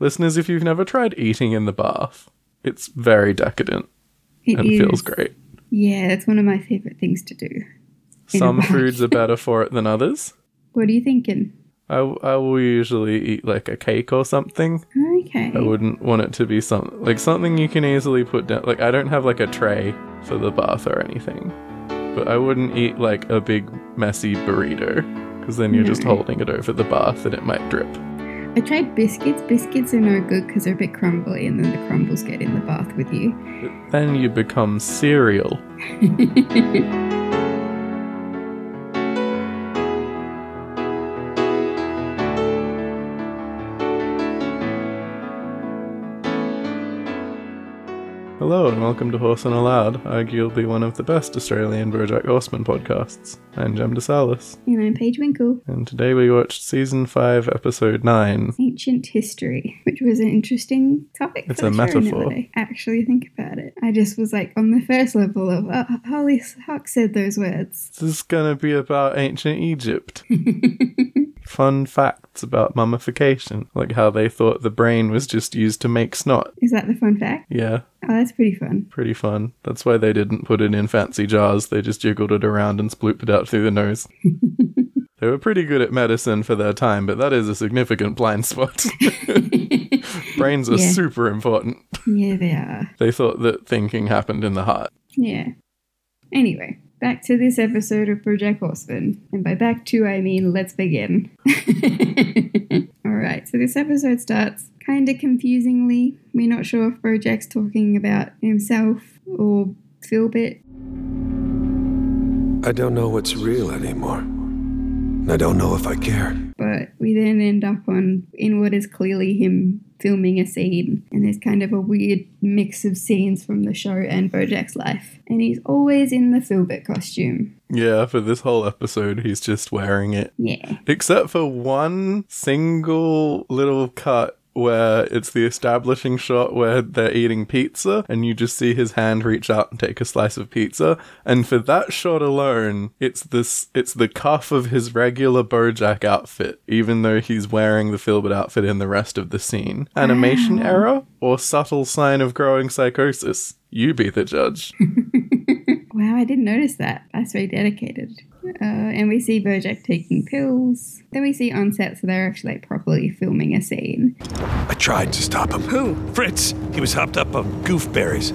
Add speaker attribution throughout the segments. Speaker 1: Listeners, if you've never tried eating in the bath, it's very decadent
Speaker 2: It
Speaker 1: and
Speaker 2: is-
Speaker 1: feels great.
Speaker 2: Yeah, that's one of my favorite things to do. In a
Speaker 1: Some
Speaker 2: bath.
Speaker 1: foods are better for it than others.
Speaker 2: What are you thinking?
Speaker 1: I, I will usually eat like a cake or something.
Speaker 2: Okay.
Speaker 1: I wouldn't want it to be something like something you can easily put down. Like I don't have like a tray for the bath or anything, but I wouldn't eat like a big messy burrito because then you're just
Speaker 2: No.
Speaker 1: holding it over the bath and it might drip.
Speaker 2: I tried biscuits. Biscuits are no good because they're a bit crumbly, and then the crumbles get in the bath with you.
Speaker 1: But then you become cereal. Hello and welcome to Horse and Allowed, arguably one of the best Australian BoJack Horseman podcasts. I'm Jem DeSalis,
Speaker 2: and I'm Paige Winkle.
Speaker 1: and today we watched season five, episode nine.
Speaker 2: Ancient history, which was an interesting topic.
Speaker 1: It's
Speaker 2: for
Speaker 1: a
Speaker 2: the show now
Speaker 1: metaphor.
Speaker 2: that I actually think about it. I just was like on the first level of, oh, Holly Huck said those words.
Speaker 1: This is gonna be about ancient Egypt. Fun facts about mummification, like how they thought the brain was just used to make snot.
Speaker 2: Is that the fun fact?
Speaker 1: Yeah,
Speaker 2: Oh, that's pretty fun.
Speaker 1: pretty fun. That's why they didn't put it in fancy jars, they just jiggled it around and splooped it out through the nose. they were pretty good at medicine for their time, but that is a significant blind spot. Brains are
Speaker 2: Yeah.
Speaker 1: super important.
Speaker 2: Yeah, they are.
Speaker 1: They thought that thinking happened in the heart.
Speaker 2: Yeah. Anyway, back to this episode of Project Horseman. And by back to, I mean let's begin. All right, so this episode starts kind of confusingly. We're not sure if Bojack's talking about himself or Philbit.
Speaker 3: I don't know what's real anymore. And I don't know if I care.
Speaker 2: But we then end up on in what is clearly him filming a scene, and there's kind of a weird mix of scenes from the show and Bojack's life. And he's always in the Philbit costume.
Speaker 1: Yeah, for this whole episode, he's just wearing it.
Speaker 2: Yeah.
Speaker 1: except for one single little cut where it's the establishing shot where they're eating pizza and you just see his hand reach out and take a slice of pizza and for that shot alone it's this it's the cuff of his regular bojack outfit even though he's wearing the filbert outfit in the rest of the scene animation error or subtle sign of growing psychosis you be the judge
Speaker 2: Wow, I didn't notice that. That's very dedicated. Uh, and we see Bojack taking pills. Then we see on set, so they're actually like properly filming a scene.
Speaker 3: I tried to stop him. Who? Fritz. He was hopped up on goofberries.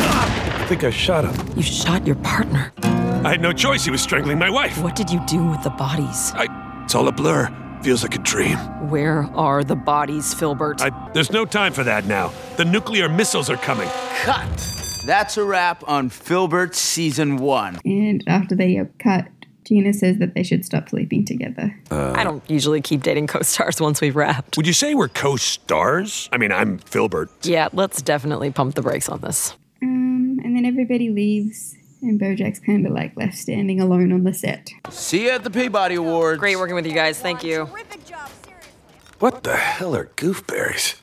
Speaker 3: Ah, I think I shot him.
Speaker 4: You shot your partner.
Speaker 3: I had no choice. He was strangling my wife.
Speaker 4: What did you do with the bodies?
Speaker 3: I. It's all a blur. Feels like a dream.
Speaker 4: Where are the bodies, Filbert?
Speaker 3: I. There's no time for that now. The nuclear missiles are coming.
Speaker 5: Cut. That's a wrap on Filbert Season 1.
Speaker 2: And after they are cut, Gina says that they should stop sleeping together.
Speaker 4: I don't usually keep dating co-stars once we've wrapped.
Speaker 6: Would you say we're co-stars? I mean, I'm Filbert.
Speaker 4: Yeah, let's definitely pump the brakes on this.
Speaker 2: Um, and then everybody leaves, and Bojack's kind of like left standing alone on the set.
Speaker 5: See you at the Peabody Awards.
Speaker 4: Great working with you guys. Thank you.
Speaker 7: Terrific job, seriously.
Speaker 3: What the hell are goofberries?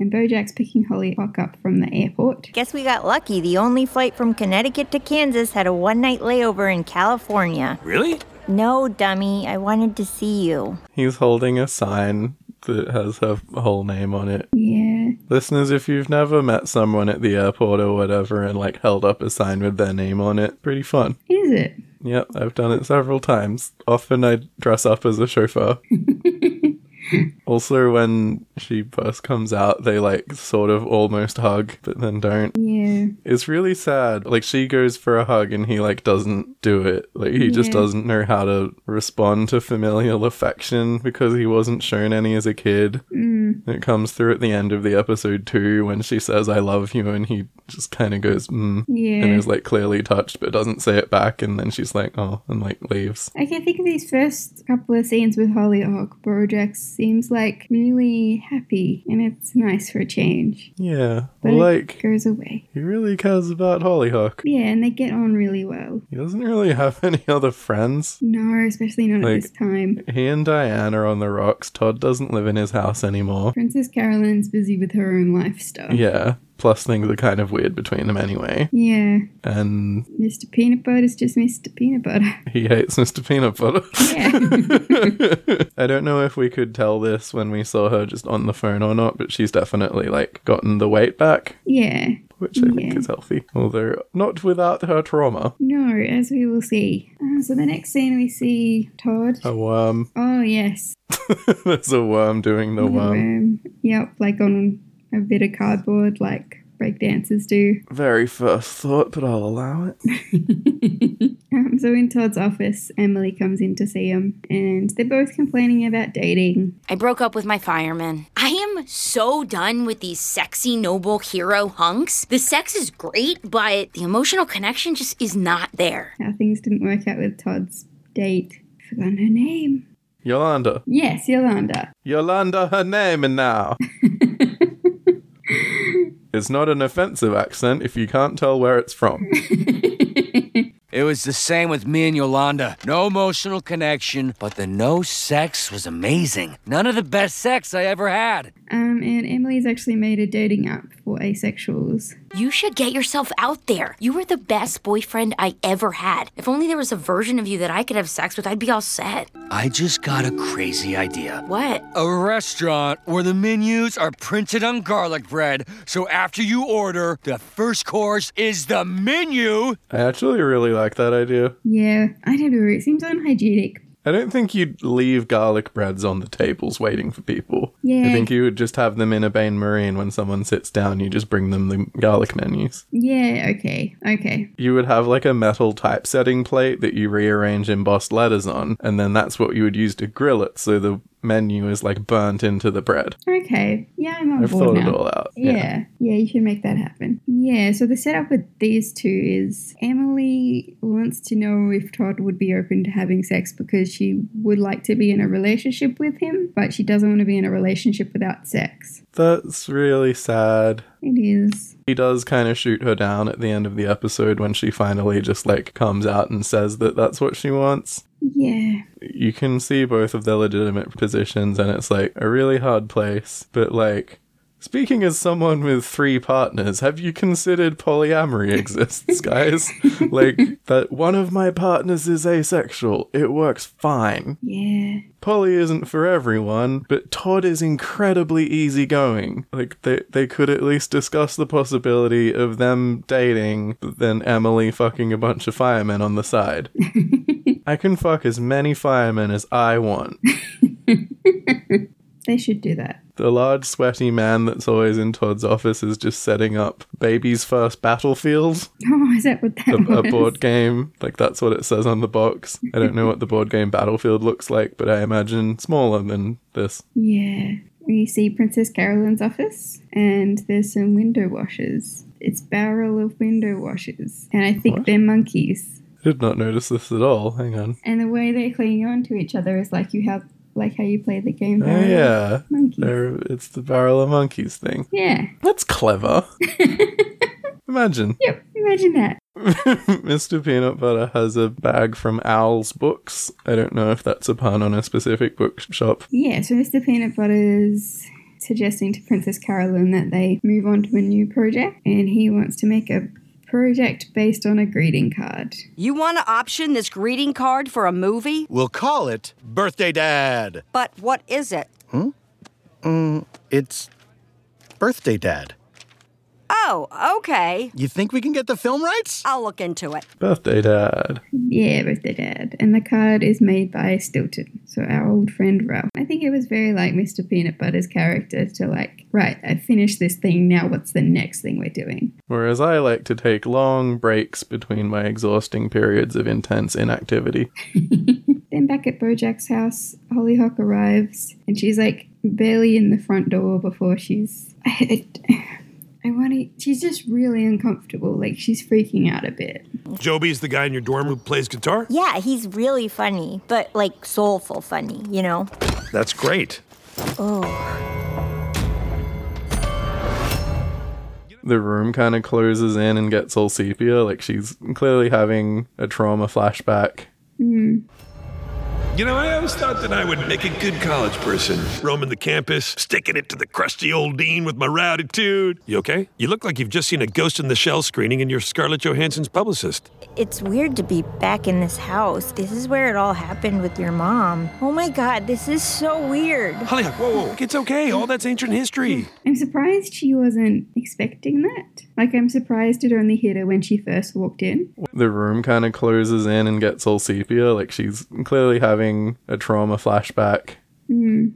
Speaker 2: And Bojack's picking Holly Hawk up from the airport.
Speaker 7: Guess we got lucky. The only flight from Connecticut to Kansas had a one night layover in California.
Speaker 6: Really?
Speaker 7: No, dummy, I wanted to see you.
Speaker 1: he's holding a sign that has her whole name on it
Speaker 2: Yeah,
Speaker 1: Listeners, if you've never met someone at the airport or whatever and like held up a sign with their name on it, pretty fun.
Speaker 2: is it?
Speaker 1: Yep, I've done it several times. Often I dress up as a chauffeur. also, when she first comes out, they like sort of almost hug, but then don't.
Speaker 2: Yeah.
Speaker 1: It's really sad. Like, she goes for a hug and he like doesn't do it. Like, he just
Speaker 2: Yeah.
Speaker 1: doesn't know how to respond to familial affection because he wasn't shown any as a kid.
Speaker 2: Mm.
Speaker 1: It comes through at the end of the episode two when she says "I love you" and he just kind of goes mm, and
Speaker 2: Yeah.
Speaker 1: is like clearly touched but doesn't say it back. And then she's like, "Oh," and like leaves.
Speaker 2: I can think of these first couple of scenes with Hollyoak. Bojack seems like really happy, and it's nice for a change.
Speaker 1: Yeah,
Speaker 2: But it
Speaker 1: like
Speaker 2: goes away.
Speaker 1: he really cares about Hollyhock.
Speaker 2: Yeah, and they get on really well.
Speaker 1: He doesn't really have any other friends.
Speaker 2: No, especially not
Speaker 1: Like-
Speaker 2: at this time.
Speaker 1: He and Diane are on the rocks. Todd doesn't live in his house anymore.
Speaker 2: Princess Carolyn's busy with her own life stuff.
Speaker 1: Yeah. Plus, things are kind of weird between them anyway.
Speaker 2: Yeah.
Speaker 1: And
Speaker 2: Mr. Peanut Butter's just Mr. Peanut Butter.
Speaker 1: he hates Mr. Peanut Butter.
Speaker 2: Yeah.
Speaker 1: I don't know if we could tell this when we saw her just on the phone or not, but she's definitely like gotten the weight back,
Speaker 2: yeah.
Speaker 1: which I think
Speaker 2: Yeah.
Speaker 1: is healthy. Although not without her trauma.
Speaker 2: No, as we will see. Uh, so the next scene we see Todd.
Speaker 1: A worm.
Speaker 2: Oh, yes.
Speaker 1: There's a worm doing the worm.
Speaker 2: Um, yep, like on a bit of cardboard, like breakdancers do.
Speaker 1: Very first thought, but I'll allow it.
Speaker 2: Um, so in Todd's office, Emily comes in to see him, and they're both complaining about dating.
Speaker 8: I broke up with my fireman. I am so done with these sexy noble hero hunks. The sex is great, but the emotional connection just is not there.
Speaker 2: How things didn't work out with Todd's date. Forgotten her name.
Speaker 1: Yolanda.
Speaker 2: Yes, Yolanda.
Speaker 1: Yolanda, her name, and now. it's not an offensive accent if you can't tell where it's from.
Speaker 5: It was the same with me and Yolanda. No emotional connection, but the no sex was amazing. None of the best sex I ever had.
Speaker 2: Um, and Emily's actually made a dating app for asexuals.
Speaker 8: You should get yourself out there. You were the best boyfriend I ever had. If only there was a version of you that I could have sex with, I'd be all set.
Speaker 5: I just got a crazy idea.
Speaker 8: What?
Speaker 5: A restaurant where the menus are printed on garlic bread, so after you order, the first course is the menu.
Speaker 1: I actually really like that idea.
Speaker 2: Yeah, I don't know. It seems unhygienic.
Speaker 1: I don't think you'd leave garlic breads on the tables waiting for people.
Speaker 2: Yeah.
Speaker 1: I think you would just have them in a bain marie, and when someone sits down, you just bring them the garlic menus.
Speaker 2: Yeah, okay, okay.
Speaker 1: You would have like a metal typesetting plate that you rearrange embossed letters on, and then that's what you would use to grill it, so the menu is like burnt into the bread.
Speaker 2: Okay. Yeah, I'm on
Speaker 1: I've
Speaker 2: board
Speaker 1: thought
Speaker 2: now.
Speaker 1: it all out.
Speaker 2: Yeah. yeah, you should make that happen. Yeah, so the setup with these two is Emily wants to know if Todd would be open to having sex because she would like to be in a relationship with him, but she doesn't want to be in a relationship without sex.
Speaker 1: That's really sad.
Speaker 2: It is.
Speaker 1: He does kind of shoot her down at the end of the episode when she finally just like comes out and says that that's what she wants.
Speaker 2: Yeah.
Speaker 1: You can see both of their legitimate positions, and it's like a really hard place. But like, speaking as someone with three partners, have you considered polyamory exists, guys? like, that one of my partners is asexual. It works fine.
Speaker 2: Yeah.
Speaker 1: Polly isn't for everyone, but Todd is incredibly easygoing. Like they they could at least discuss the possibility of them dating than Emily fucking a bunch of firemen on the side. I can fuck as many firemen as I want.
Speaker 2: They should do that.
Speaker 1: The large sweaty man that's always in Todd's office is just setting up Baby's First Battlefield,
Speaker 2: Oh, is that what that
Speaker 1: a, a
Speaker 2: was?
Speaker 1: board game. Like that's what it says on the box. I don't know what the board game Battlefield looks like, but I imagine smaller than this.
Speaker 2: Yeah. We see Princess Carolyn's office, and there's some window washers. It's barrel of window washers, and I think they're monkeys.
Speaker 1: I did not notice this at all. Hang on.
Speaker 2: And the way they cling on to each other is like you have, like how you play the game.
Speaker 1: Oh
Speaker 2: Barrel of
Speaker 1: yeah,
Speaker 2: monkeys.
Speaker 1: There- it's the barrel of monkeys thing.
Speaker 2: Yeah.
Speaker 1: That's clever. Imagine
Speaker 2: Yep. Imagine that.
Speaker 1: Mr. Peanut Butter has a bag from Owl's Books. I don't know if that's a pun on a specific bookshop.
Speaker 2: Yeah. So Mr. Peanut Butter's suggesting to Princess Carolyn that they move on to a new project, and he wants to make a project based on a greeting card.
Speaker 9: You want to option this greeting card for a movie?
Speaker 10: We'll call it Birthday Dad.
Speaker 9: But what is it?
Speaker 10: It's Birthday Dad.
Speaker 9: Oh, okay.
Speaker 10: You think we can get the film rights?
Speaker 9: I'll look into it.
Speaker 1: Birthday dad.
Speaker 2: Yeah, with the dad. And the card is made by Stilton, so our old friend Ralph. I think it was very like Mr. Peanut Butter's character to like, right, I finished this thing, now what's the next thing we're doing?
Speaker 1: Whereas I like to take long breaks between my exhausting periods of intense inactivity.
Speaker 2: Then back at Bojack's house, Hollyhock arrives, and she's like barely in the front door before she's. I, I, I want to. She's just really uncomfortable. Like, she's freaking out a bit.
Speaker 6: Joby's the guy in your dorm who plays guitar?
Speaker 7: Yeah, he's really funny, but like soulful funny, you know?
Speaker 6: That's great.
Speaker 1: the room kind of closes in and gets all sepia. Like she's clearly having a trauma flashback.
Speaker 6: You know, I always thought that I would make a good college person. Roaming the campus, sticking it to the crusty old dean with my routitude. You okay? You look like you've just seen a Ghost in the Shell screening and you're Scarlett Johansson's publicist.
Speaker 7: It's weird to be back in this house. This is where it all happened with your mom. Oh my god, this is so weird.
Speaker 6: Hollyhock, whoa, whoa. It's okay. All that's ancient history.
Speaker 2: I'm surprised she wasn't expecting that. Like, I'm surprised it only hit her when she first walked in.
Speaker 1: The room kind of closes in and gets all sepia. Like she's clearly having a trauma flashback.
Speaker 2: Hmm.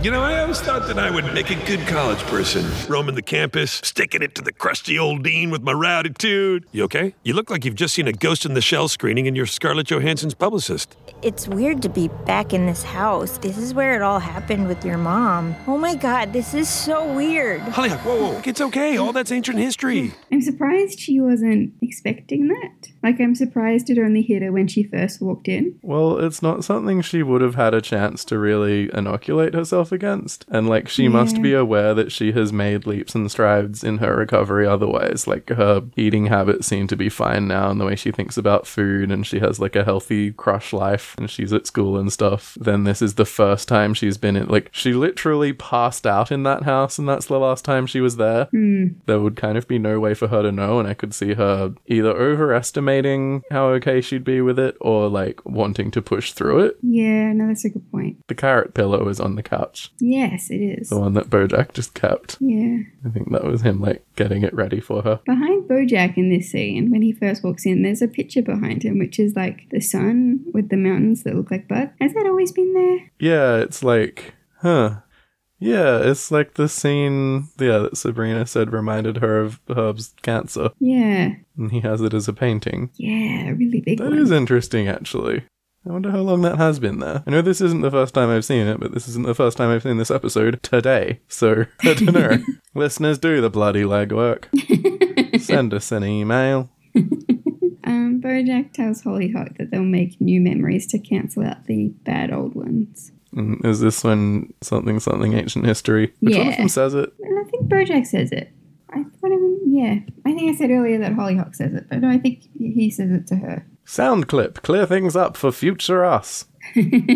Speaker 6: You know, I always thought that I would make a good college person. Roaming the campus, sticking it to the crusty old dean with my routitude. You okay? You look like you've just seen a Ghost in the Shell screening and you're Scarlett Johansson's publicist.
Speaker 7: It's weird to be back in this house. This is where it all happened with your mom. Oh my god, this is so weird.
Speaker 6: Hollyhock, whoa, whoa. It's okay. All that's ancient history.
Speaker 2: I'm surprised she wasn't expecting that. Like, I'm surprised it only hit her when she first walked in.
Speaker 1: Well, it's not something she would have had a chance to really inoculate herself against. And like she must
Speaker 2: Yeah.
Speaker 1: be aware that she has made leaps and strides in her recovery otherwise. Like her eating habits seem to be fine now and the way she thinks about food and she has like a healthy crush life and she's at school and stuff. Then this is the first time she's been in like she literally passed out in that house and that's the last time she was there.
Speaker 2: Hmm.
Speaker 1: There would kind of be no way for her to know, and I could see her either overestimating how okay she'd be with it or like wanting to push through it.
Speaker 2: Yeah, no, that's a good point.
Speaker 1: The carrot pillow is on the couch,
Speaker 2: Yes, it is.
Speaker 1: the one that Bojack just kept.
Speaker 2: Yeah.
Speaker 1: I think that was him like getting it ready for her.
Speaker 2: Behind Bojack in this scene, when he first walks in, there's a picture behind him, which is like the sun with the mountains that look like butt. Has that always been there?
Speaker 1: Yeah, it's like, huh. Yeah, it's like the scene, yeah, that Sabrina said reminded her of Herb's cancer,
Speaker 2: Yeah.
Speaker 1: and he has it as a painting.
Speaker 2: Yeah, a really big
Speaker 1: That
Speaker 2: one.
Speaker 1: is interesting, actually. I wonder how long that has been there. I know this isn't the first time I've seen it, but this isn't the first time I've seen this episode today, so I don't know. Listeners, do the bloody legwork. Send us an email.
Speaker 2: Um, Bojack tells Hollyhock that they'll make new memories to cancel out the bad old ones.
Speaker 1: Mm, Is this one something something ancient history? Which one of
Speaker 2: Yeah.
Speaker 1: them says it?
Speaker 2: And I think Bojack says it. I thought even yeah. I think I said earlier that Hollyhock says it, but no, I think he says it to her.
Speaker 1: Sound clip. Clear things up for future us.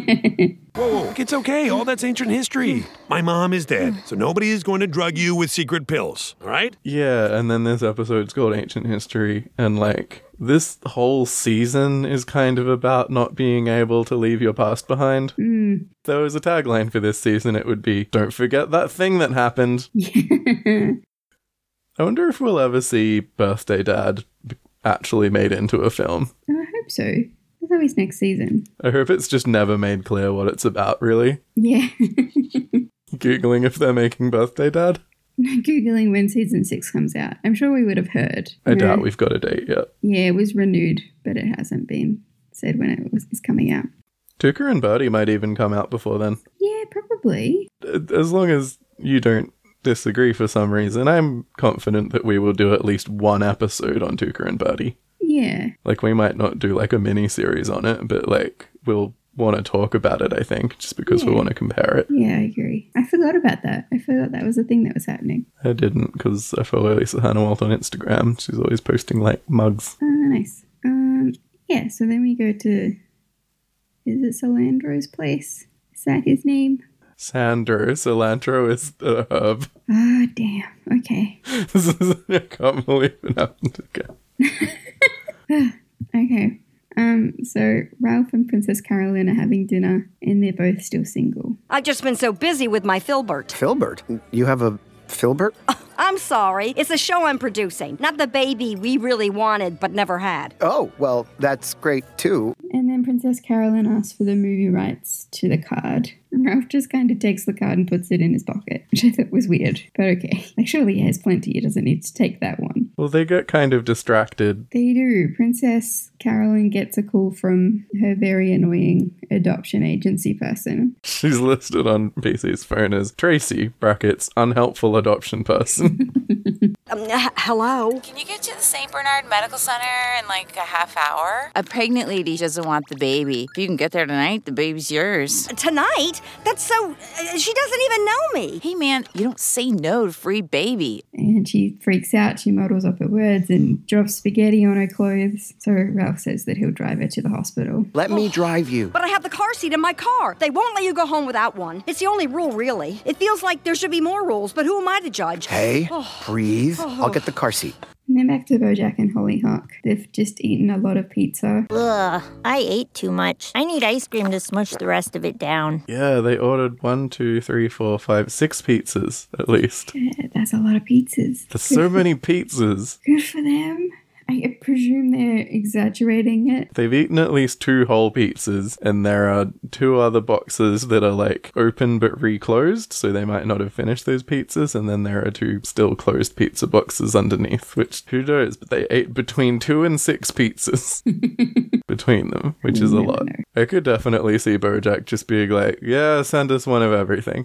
Speaker 6: Whoa, whoa. It's okay. All that's ancient history. My mom is dead, so nobody is going to drug you with secret pills, all right?
Speaker 1: Yeah, and then this episode's called Ancient History, and like this whole season is kind of about not being able to leave your past behind.
Speaker 2: Mm.
Speaker 1: If there was a tagline for this season, it would be Don't forget that thing that happened. I wonder if we'll ever see Birthday Dad b- actually made into a film.
Speaker 2: Oh, I hope so. There's always next season.
Speaker 1: I hope it's just never made clear what it's about, really.
Speaker 2: Yeah.
Speaker 1: Googling if they're making Birthday Dad?
Speaker 2: Googling when season six comes out. I'm sure we would have heard.
Speaker 1: I
Speaker 2: you know.
Speaker 1: doubt we've got a date yet.
Speaker 2: Yeah, it was renewed, but it hasn't been said when it was is coming out.
Speaker 1: Tucker and Birdie might even come out before then.
Speaker 2: Yeah, probably.
Speaker 1: as long as you don't disagree for some reason, I'm confident that we will do at least one episode on Tuca and Birdie.
Speaker 2: Yeah.
Speaker 1: Like, we might not do like a mini series on it, but like, we'll want to talk about it, I think, just because we
Speaker 2: Yeah.
Speaker 1: want to compare it.
Speaker 2: Yeah, I agree. I forgot about that. I forgot that was a thing that was happening.
Speaker 1: I didn't because I follow Lisa Hannah Walt on Instagram. She's always posting like mugs.
Speaker 2: Ah, nice. Um, yeah, so then we go to. Is it Solandro's place? Is that his name?
Speaker 1: Sandro, cilantro is the herb.
Speaker 2: Ah, damn. Okay.
Speaker 1: this is, I can't believe it happened again.
Speaker 2: Okay. Um, so Ralph and Princess Carolyn are having dinner and they're both still single.
Speaker 9: I've just been so busy with my Filbert.
Speaker 10: Filbert? You have a Filbert?
Speaker 9: I'm sorry. It's a show I'm producing, not the baby we really wanted but never had.
Speaker 10: Oh, well, that's great too.
Speaker 2: And then Princess Carolyn asks for the movie rights to the card. Ralph just kind of takes the card and puts it in his pocket, which I thought was weird, but okay. Like, surely he has plenty. He doesn't need to take that one.
Speaker 1: Well, they get kind of distracted
Speaker 2: They do. Princess Carolyn gets a call from her very annoying adoption agency person.
Speaker 1: She's listed on PC's phone as Tracy brackets unhelpful adoption person.
Speaker 9: Um, h- hello?
Speaker 11: Can you get to the St. Bernard Medical Center in like a half hour? A pregnant lady doesn't want the baby. If you can get there tonight, the baby's yours.
Speaker 9: Tonight? That's so. uh, She doesn't even know me.
Speaker 11: Hey, man, you don't say no to free baby.
Speaker 2: And she freaks out. She muddles up her words and drops spaghetti on her clothes. So Ralph says that he'll drive her to the hospital.
Speaker 11: Oh.
Speaker 10: Let me drive you.
Speaker 9: But I have have the car seat in my car. They won't let you go home without one. It's the only rule, really. It feels like there should be more rules, but who am I to judge?
Speaker 10: Hey,
Speaker 9: Oh.
Speaker 10: breathe.
Speaker 9: Oh.
Speaker 10: I'll get the car seat.
Speaker 2: And then back to Bojack and Hollyhock. They've just eaten a lot of pizza.
Speaker 7: Ugh, I ate too much. I need ice cream to smush the rest of it down.
Speaker 1: Yeah, they ordered one, two, three, four, five, six pizzas at least.
Speaker 2: Yeah, that's a lot of pizzas.
Speaker 1: There's so many pizzas.
Speaker 2: Good for them. I presume they're exaggerating it.
Speaker 1: They've eaten at least two whole pizzas, and there are two other boxes that are like open but reclosed, so they might not have finished those pizzas, and then there are two still closed pizza boxes underneath, which who knows, but they ate between two and six pizzas between them, which is a lot. I could definitely see Bojack just being like, yeah, send us one of everything.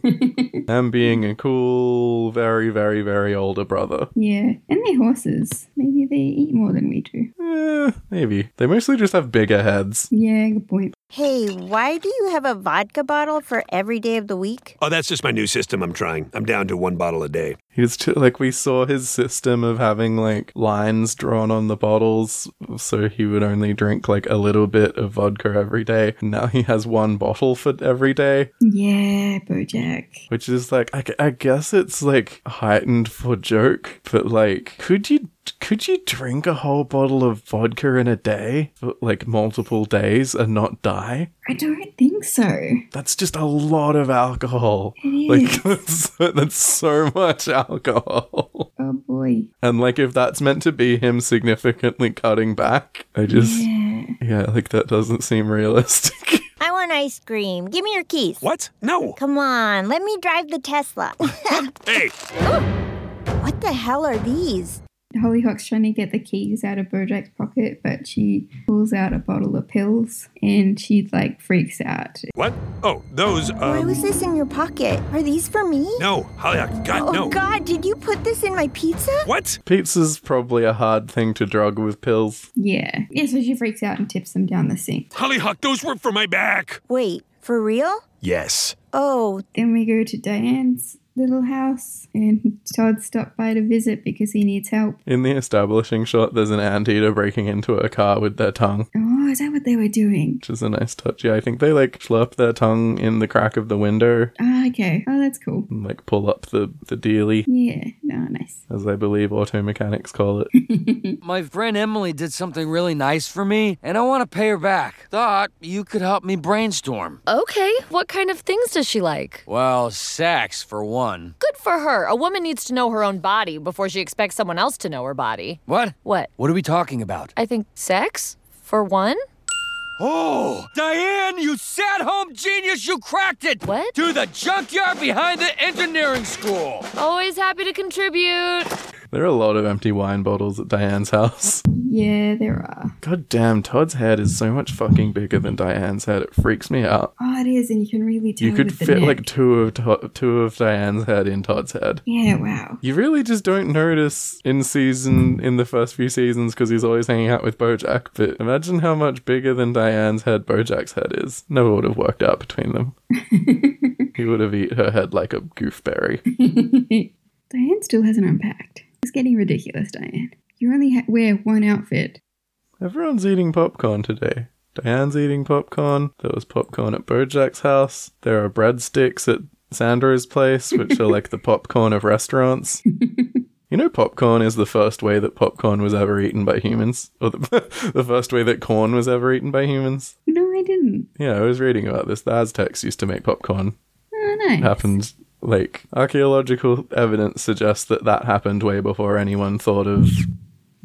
Speaker 1: and being a cool, very, very, very older brother.
Speaker 2: Yeah, and they're horses. Maybe they eat more than we do.
Speaker 1: Eh, Maybe. They mostly just have bigger heads.
Speaker 2: Yeah, good point.
Speaker 7: Hey, why do you have a vodka bottle for every day of the week?
Speaker 6: Oh, that's just my new system I'm trying. I'm down to one bottle a day.
Speaker 1: He's t- like we saw his system of having like lines drawn on the bottles, so he would only drink like a little bit of vodka every day. Now he has one bottle for every day,
Speaker 2: Yeah, Bojack.
Speaker 1: which is like I, gu- I guess it's like heightened for joke, but like could you could you drink a whole bottle of vodka in a day, for, like multiple days, and not die?
Speaker 2: I don't think so.
Speaker 1: That's just a lot of alcohol.
Speaker 2: It
Speaker 1: Like that's, that's so much alcohol.
Speaker 2: Oh boy.
Speaker 1: And like if that's meant to be him significantly cutting back, I just
Speaker 7: Yeah.
Speaker 1: yeah, like that doesn't seem realistic.
Speaker 7: I want ice cream. Give me your keys.
Speaker 6: What? No.
Speaker 7: Come on, let me drive the Tesla.
Speaker 6: hey.
Speaker 7: What the hell are these?
Speaker 2: Hollyhock's trying to get the keys out of Bojack's pocket, but she pulls out a bottle of pills and she like freaks out.
Speaker 6: What? Oh, those. Um,
Speaker 7: Why was this in your pocket? Are these for me?
Speaker 6: No, Hollyhock, God,
Speaker 7: oh,
Speaker 6: no.
Speaker 7: God, did you put this in my pizza?
Speaker 6: What?
Speaker 1: Pizza's probably a hard thing to drug with pills.
Speaker 2: Yeah. Yeah, so she freaks out and tips them down the sink.
Speaker 6: Hollyhock, those were for my back.
Speaker 7: Wait, for real?
Speaker 6: Yes.
Speaker 7: Oh.
Speaker 2: Then we go to Diane's little house and Todd stopped by to visit because he needs help.
Speaker 1: In the establishing shot, there's an anteater breaking into a car with their tongue,
Speaker 2: Oh, is that what they were doing?
Speaker 1: which is a nice touch. Yeah, I think they like slurp their tongue in the crack of the window
Speaker 2: Ah, okay. Oh, that's cool.
Speaker 1: and like pull up the, the dealie,
Speaker 2: Yeah, no, nice.
Speaker 1: as I believe auto mechanics call it.
Speaker 5: My friend Emily did something really nice for me, and I want to pay her back. Thought you could help me brainstorm.
Speaker 12: Okay, what kind of things does she like?
Speaker 5: Well, sex for one.
Speaker 12: Good for her. A woman needs to know her own body before she expects someone else to know her body.
Speaker 5: What?
Speaker 12: What?
Speaker 5: What are we talking about?
Speaker 12: I think sex, for one?
Speaker 5: Oh, Diane, you sad home genius, you cracked it!
Speaker 12: What?
Speaker 5: To the junkyard behind the engineering school!
Speaker 12: Always happy to contribute.
Speaker 1: there are a lot of empty wine bottles at Diane's house.
Speaker 2: Yeah, there are.
Speaker 1: God damn, Todd's head is so much fucking bigger than Diane's head. It freaks me out.
Speaker 2: Oh, it is, and you can really tell
Speaker 1: You could
Speaker 2: with the
Speaker 1: fit
Speaker 2: neck.
Speaker 1: like two of to- two of Diane's head in Todd's head.
Speaker 2: Yeah, wow.
Speaker 1: You really just don't notice in season in the first few seasons because he's always hanging out with Bojack. But imagine how much bigger than Diane's head Bojack's head is. Never would have worked out between them. he would have eat her head like a gooseberry.
Speaker 2: Diane still hasn't unpacked. It's getting ridiculous, Diane. You only ha- wear one outfit.
Speaker 1: Everyone's eating popcorn today. Diane's eating popcorn. There was popcorn at Bojack's house. There are breadsticks at Sandra's place, which are like the popcorn of restaurants. You know, popcorn is the first way that popcorn was ever eaten by humans, or the, the first way that corn was ever eaten by humans.
Speaker 2: No, I didn't.
Speaker 1: Yeah, I was reading about this. The Aztecs used to make popcorn.
Speaker 2: Oh, nice.
Speaker 1: It happened like archaeological evidence suggests that that happened way before anyone thought of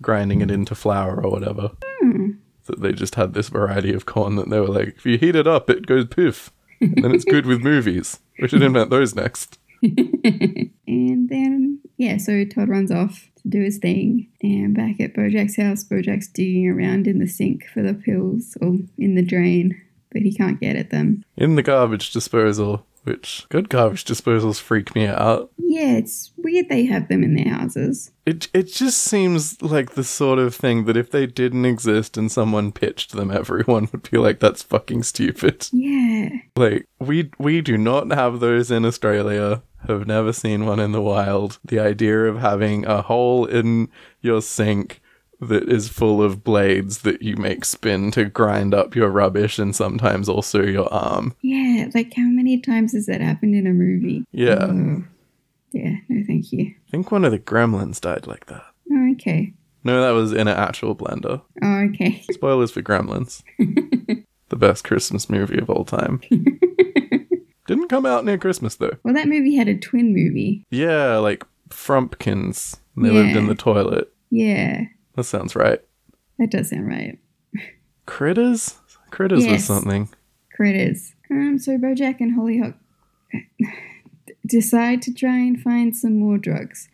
Speaker 1: grinding it into flour or whatever
Speaker 2: Hmm.
Speaker 1: that they just had this variety of corn that they were like, if you heat it up, it goes poof. And then it's good with movies. We should invent those next.
Speaker 2: And then, yeah, so Todd runs off to do his thing. And back at Bojack's house, Bojack's digging around in the sink for the pills or in the drain, but he can't get at them.
Speaker 1: In the garbage disposal, which good garbage disposals freak me out.
Speaker 2: Yeah, it's weird they have them in their houses.
Speaker 1: It it just seems like the sort of thing that if they didn't exist and someone pitched them, everyone would be like, that's fucking stupid.
Speaker 2: Yeah.
Speaker 1: Like we we do not have those in Australia. Have never seen one in the wild. The idea of having a hole in your sink that is full of blades that you make spin to grind up your rubbish and sometimes also your arm.
Speaker 2: Yeah, like how many times has that happened in a movie?
Speaker 1: Yeah.
Speaker 2: Yeah, no, thank you.
Speaker 1: I think one of the gremlins died like that.
Speaker 2: Oh, okay.
Speaker 1: No, that was in an actual blender.
Speaker 2: Oh, okay.
Speaker 1: Spoilers for Gremlins. the best Christmas movie of all time. Didn't come out near Christmas though.
Speaker 2: Well, that movie had a twin movie.
Speaker 1: Yeah, like Frumpkins. They lived in
Speaker 2: Yeah.
Speaker 1: the toilet.
Speaker 2: Yeah,
Speaker 1: That sounds right.
Speaker 2: that does sound right.
Speaker 1: Critters? Critters was
Speaker 2: Yes.
Speaker 1: something.
Speaker 2: Critters. Um, so Bojack and Hollyhock d- decide to try and find some more drugs.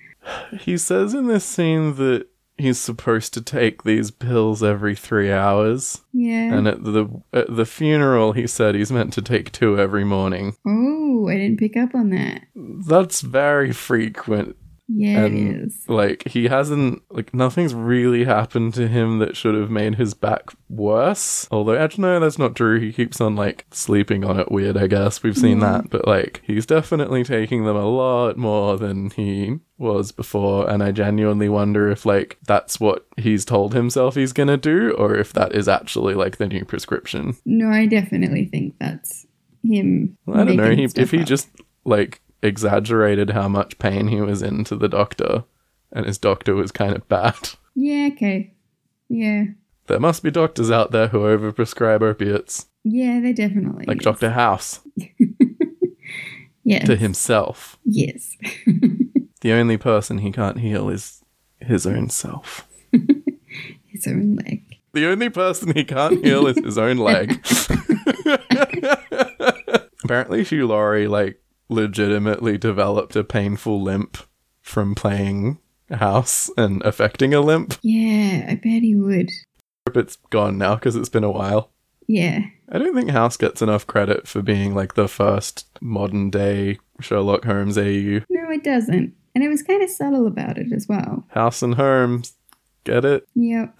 Speaker 1: He says in this scene that he's supposed to take these pills every three hours.
Speaker 2: Yeah.
Speaker 1: And uh, at the at the funeral, he said he's meant to take two every morning.
Speaker 2: Oh, I didn't pick up on that.
Speaker 1: That's very frequent.
Speaker 2: Yeah, it
Speaker 1: and, Like he hasn't like nothing's really happened to him that should have made his back worse. Although actually no, that's not true. He keeps on like sleeping on it weird, I guess. We've seen
Speaker 6: Yeah.
Speaker 1: that. But like he's definitely taking them a lot more than he was before, and I genuinely wonder if like that's what he's told himself he's gonna do, or if that is actually like the new prescription.
Speaker 2: No, I definitely think that's him.
Speaker 1: Well, I don't know.
Speaker 2: making
Speaker 1: He, if
Speaker 2: stuff
Speaker 1: he
Speaker 2: up.
Speaker 1: just like exaggerated how much pain he was in to the doctor, and his doctor was kind of bad.
Speaker 2: Yeah, okay. Yeah.
Speaker 1: There must be doctors out there who overprescribe opiates,
Speaker 2: Yeah, they definitely.
Speaker 1: like Doctor House
Speaker 2: Yes.
Speaker 1: to himself.
Speaker 2: Yes.
Speaker 1: The only person he can't heal is his own self.
Speaker 2: His own leg.
Speaker 1: The only person he can't heal is his own leg. Apparently, Hugh Laurie like legitimately developed a painful limp from playing house and affecting a limp.
Speaker 2: Yeah, I bet he would.
Speaker 1: hope it's gone now because it's been a while.
Speaker 2: Yeah.
Speaker 1: I don't think House gets enough credit for being like the first modern day Sherlock Holmes AU.
Speaker 2: No, it doesn't. And it was kind of subtle about it as well.
Speaker 1: House and Holmes, get it?
Speaker 2: Yep.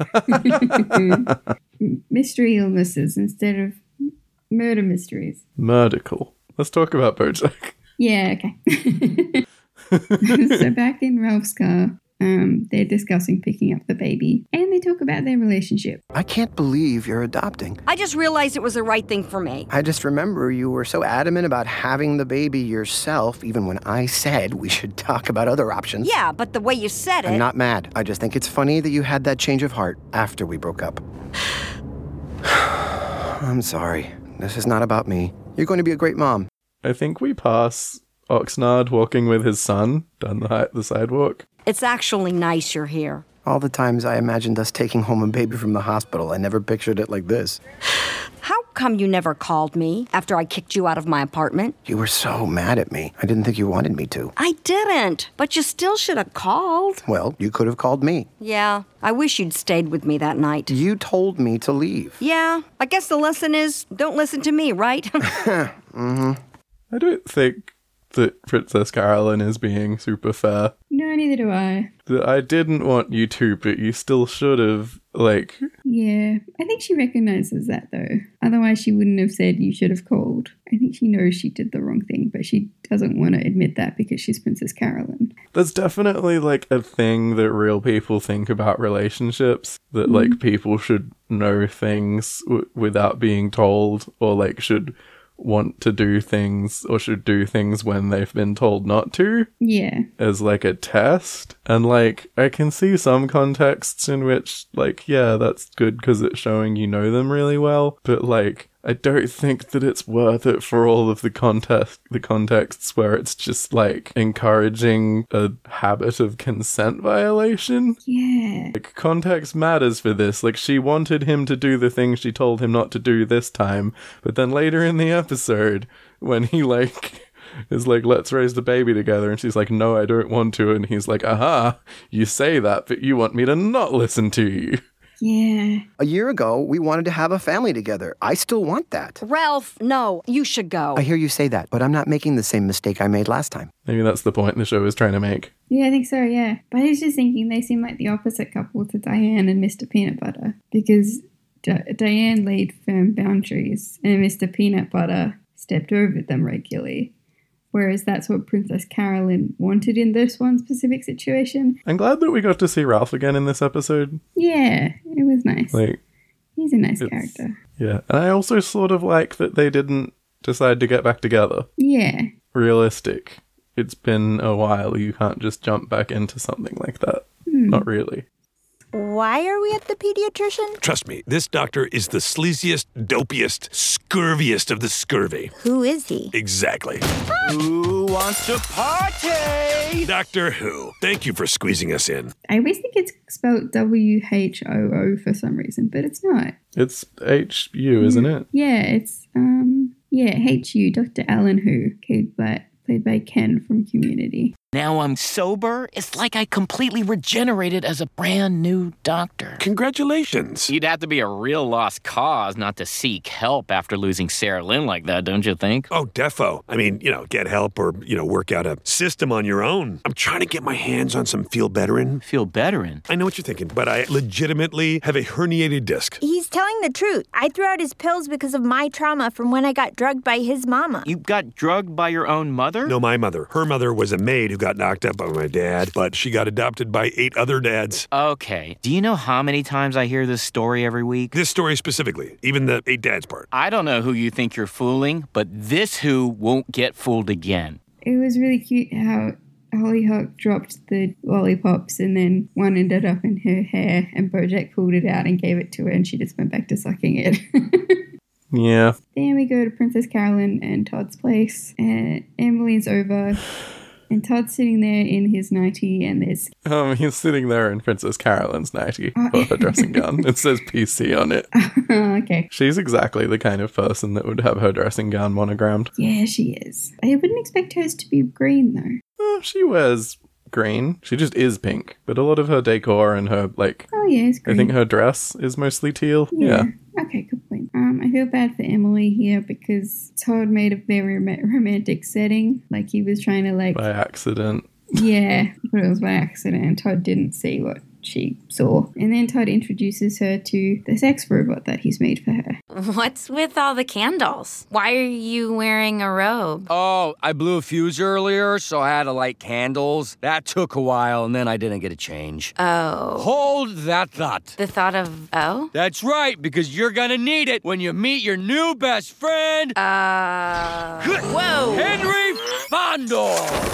Speaker 2: Mystery illnesses instead of m- murder mysteries.
Speaker 1: Murdical. Let's talk about Bojack.
Speaker 2: Yeah, okay. so back in Ralph's car, um, they're discussing picking up the baby and they talk about their relationship.
Speaker 10: I can't believe you're adopting.
Speaker 9: I just realized it was the right thing for me.
Speaker 10: I just remember you were so adamant about having the baby yourself, even when I said we should talk about other options.
Speaker 9: Yeah, but the way you said it.
Speaker 10: I'm not mad. I just think it's funny that you had that change of heart after we broke up. I'm sorry. This is not about me. You're going to be a great mom.
Speaker 1: I think we pass Oxnard walking with his son down the, hi- the sidewalk.
Speaker 9: It's actually nice you're here.
Speaker 10: All the times I imagined us taking home a baby from the hospital, I never pictured it like this.
Speaker 9: How come you never called me after I kicked you out of my apartment?
Speaker 10: You were so mad at me. I didn't think you wanted me to.
Speaker 9: I didn't, but you still should have called.
Speaker 10: Well, you could have called me.
Speaker 9: Yeah, I wish you'd stayed with me that night.
Speaker 10: You told me to leave.
Speaker 9: Yeah, I guess the lesson is don't listen to me, right?
Speaker 1: Mm-hmm. I don't think that Princess Carolyn is being super fair.
Speaker 2: No, neither do I.
Speaker 1: That I didn't want you to, but you still should have. Like,
Speaker 2: Yeah, I think she recognizes that though. Otherwise, she wouldn't have said you should have called. I think she knows she did the wrong thing, but she doesn't want to admit that because she's Princess Carolyn.
Speaker 1: That's definitely like a thing that real people think about relationships that like
Speaker 2: Mhm.
Speaker 1: people should know things w- without being told or like should want to do things or should do things when they've been told not to
Speaker 2: Yeah.
Speaker 1: as like a test and like I can see some contexts in which like yeah that's good cuz it's showing you know them really well but like I don't think that it's worth it for all of the context the contexts where it's just like encouraging a habit of consent violation
Speaker 2: Yeah.
Speaker 1: like context matters for this like she wanted him to do the thing she told him not to do this time but then later in the episode when he like is like let's raise the baby together and she's like no i don't want to and he's like aha you say that but you want me to not listen to you
Speaker 2: Yeah.
Speaker 10: A year ago, we wanted to have a family together. I still want that.
Speaker 9: Ralph, no, you should go.
Speaker 10: I hear you say that, but I'm not making the same mistake I made last time.
Speaker 1: maybe that's the point the show is trying to make
Speaker 2: Yeah, I think so, yeah. But I was just thinking they seem like the opposite couple to Diane and Mr. Peanut Butter because D- Diane laid firm boundaries and Mr. Peanut Butter stepped over them regularly. Whereas that's what Princess Carolyn wanted in this one specific situation.
Speaker 1: I'm glad that we got to see Ralph again in this episode.
Speaker 2: Yeah, it was nice.
Speaker 1: Like,
Speaker 2: He's a nice
Speaker 1: It's-
Speaker 2: character.
Speaker 1: yeah. And I also sort of like that they didn't decide to get back together.
Speaker 2: Yeah.
Speaker 1: Realistic. It's been a while. You can't just jump back into something like that.
Speaker 7: Hmm.
Speaker 1: Not really.
Speaker 7: Why are we at the pediatrician?
Speaker 6: Trust me, this doctor is the sleaziest, dopiest, scurviest of the scurvy.
Speaker 7: Who is he?
Speaker 6: Exactly.
Speaker 5: Who wants to party?
Speaker 6: Doctor Who, thank you for squeezing us in.
Speaker 2: I always think it's spelled W H O O for some reason, but it's not.
Speaker 1: It's HU, isn't it?
Speaker 2: Yeah, it's um yeah, H U, Dr. Alan Who, played by played by Ken from Community.
Speaker 13: Now I'm sober. It's like I completely regenerated as a brand new doctor.
Speaker 6: Congratulations.
Speaker 13: You'd have to be a real lost cause not to seek help after losing Sarah Lynn like that, don't you think?
Speaker 6: Oh, defo. I mean, you know, get help or, you know, work out a system on your own. I'm trying to get my hands on some feel betterin.
Speaker 13: Feel betterin?
Speaker 6: I know what you're thinking, but I legitimately have a herniated disc.
Speaker 7: He's telling the truth. I threw out his pills because of my trauma from when I got drugged by his mama.
Speaker 13: You got drugged by your own mother?
Speaker 6: No, my mother. Her mother was a maid who got knocked up by my dad, but she got adopted by eight other dads.
Speaker 13: Okay. Do you know how many times I hear this story every week?
Speaker 6: This story specifically, even the eight dads part.
Speaker 13: I don't know who you think you're fooling, but this who won't get fooled again.
Speaker 2: It was really cute how Hollyhock dropped the lollipops and then one ended up in her hair and Bojack pulled it out and gave it to her and she just went back to sucking it.
Speaker 1: Yeah.
Speaker 2: then we go to Princess Carolyn and Todd's place and Emily's over and Todd's sitting there in his nightie and there's
Speaker 1: Um, he's sitting there in Princess Carolyn's nightie with a dressing gown. It says PC on it.
Speaker 2: okay.
Speaker 1: She's exactly the kind of person that would have her dressing gown monogrammed.
Speaker 2: Yeah, she is. I wouldn't expect hers to be green though.
Speaker 1: Eh, she wears green. She just is pink. But a lot of her decor and her, like,
Speaker 2: Oh yeah, it's green.
Speaker 1: I think her dress is mostly teal. Yeah.
Speaker 2: Okay, good point. Um, I feel bad for Emily here because Todd made a very rom- romantic setting. Like he was trying to like,
Speaker 1: By accident.
Speaker 2: yeah, but it was by accident. and Todd didn't see what she saw, and then Todd introduces her to the sex robot that he's made for her.
Speaker 8: What's with all the candles? Why are you wearing a robe?
Speaker 5: Oh, I blew a fuse earlier, so I had to light candles. That took a while, and then I didn't get a change.
Speaker 8: Oh.
Speaker 5: Hold that thought.
Speaker 8: The thought of, oh?
Speaker 5: That's right, because you're gonna need it when you meet your new best friend.
Speaker 8: Uh. Whoa!
Speaker 5: Henry Fondor!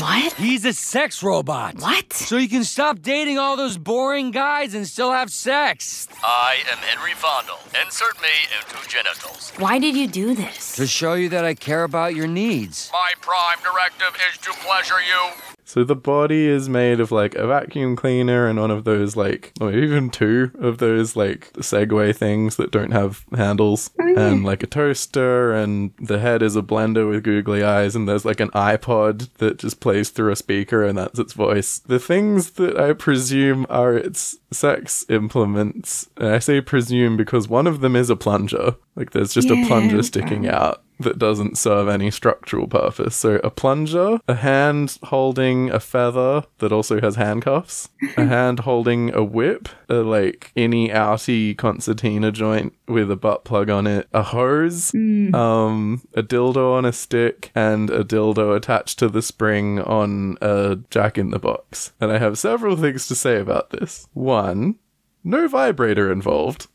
Speaker 8: What?
Speaker 5: He's a sex robot.
Speaker 8: What?
Speaker 5: So you can stop dating all those boring guys and still have sex.
Speaker 13: I am Henry Fondle. Insert me into genitals.
Speaker 8: Why did you do this?
Speaker 5: To show you that I care about your needs.
Speaker 13: My prime directive is to pleasure you.
Speaker 1: So the body is made of like a vacuum cleaner and one of those like, or even two of those like Segway things that don't have handles,
Speaker 2: Oh, yeah.
Speaker 1: and like a toaster, and the head is a blender with googly eyes, and there's like an iPod that just plays through a speaker, and that's its voice. The things that I presume are its sex implements, and I say presume because one of them is a plunger. Like there's just
Speaker 2: Yeah,
Speaker 1: a plunger sticking
Speaker 2: wow.
Speaker 1: out out that doesn't serve any structural purpose. So a plunger, a hand holding a feather that also has handcuffs, a hand holding a whip, a like any outy concertina joint with a butt plug on it, a hose, um, a dildo on a stick, and a dildo attached to the spring on a jack in the box. And I have several things to say about this. One, no vibrator involved.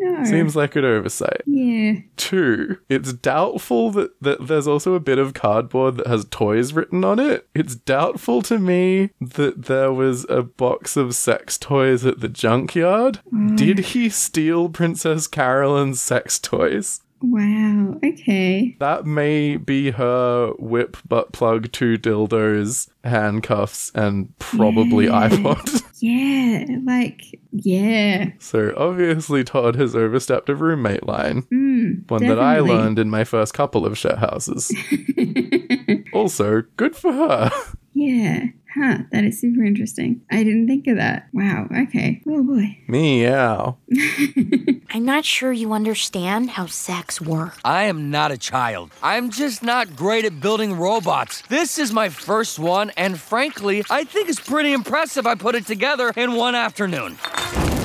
Speaker 2: No.
Speaker 1: Seems like an oversight.
Speaker 2: Yeah.
Speaker 1: Two, it's doubtful that, that there's also a bit of cardboard that has toys written on it. It's doubtful to me that there was a box of sex toys at the junkyard. Did he steal Princess Carolyn's sex toys?
Speaker 2: Wow. Okay.
Speaker 1: That may be her whip, butt plug, two dildos, handcuffs, and probably
Speaker 2: Yeah.
Speaker 1: iPod.
Speaker 2: Yeah. Like. Yeah.
Speaker 1: so obviously, Todd has overstepped a roommate line.
Speaker 2: Mm,
Speaker 1: One that I
Speaker 2: definitely.
Speaker 1: learned in my first couple of share houses. also, good for her.
Speaker 2: Yeah. Huh. That is super interesting. I didn't think of that. Wow. Okay. Oh boy.
Speaker 1: Meow.
Speaker 8: I'm not sure you understand how sex works.
Speaker 5: I am not a child. I'm just not great at building robots. This is my first one, and frankly, I think it's pretty impressive I put it together in one afternoon.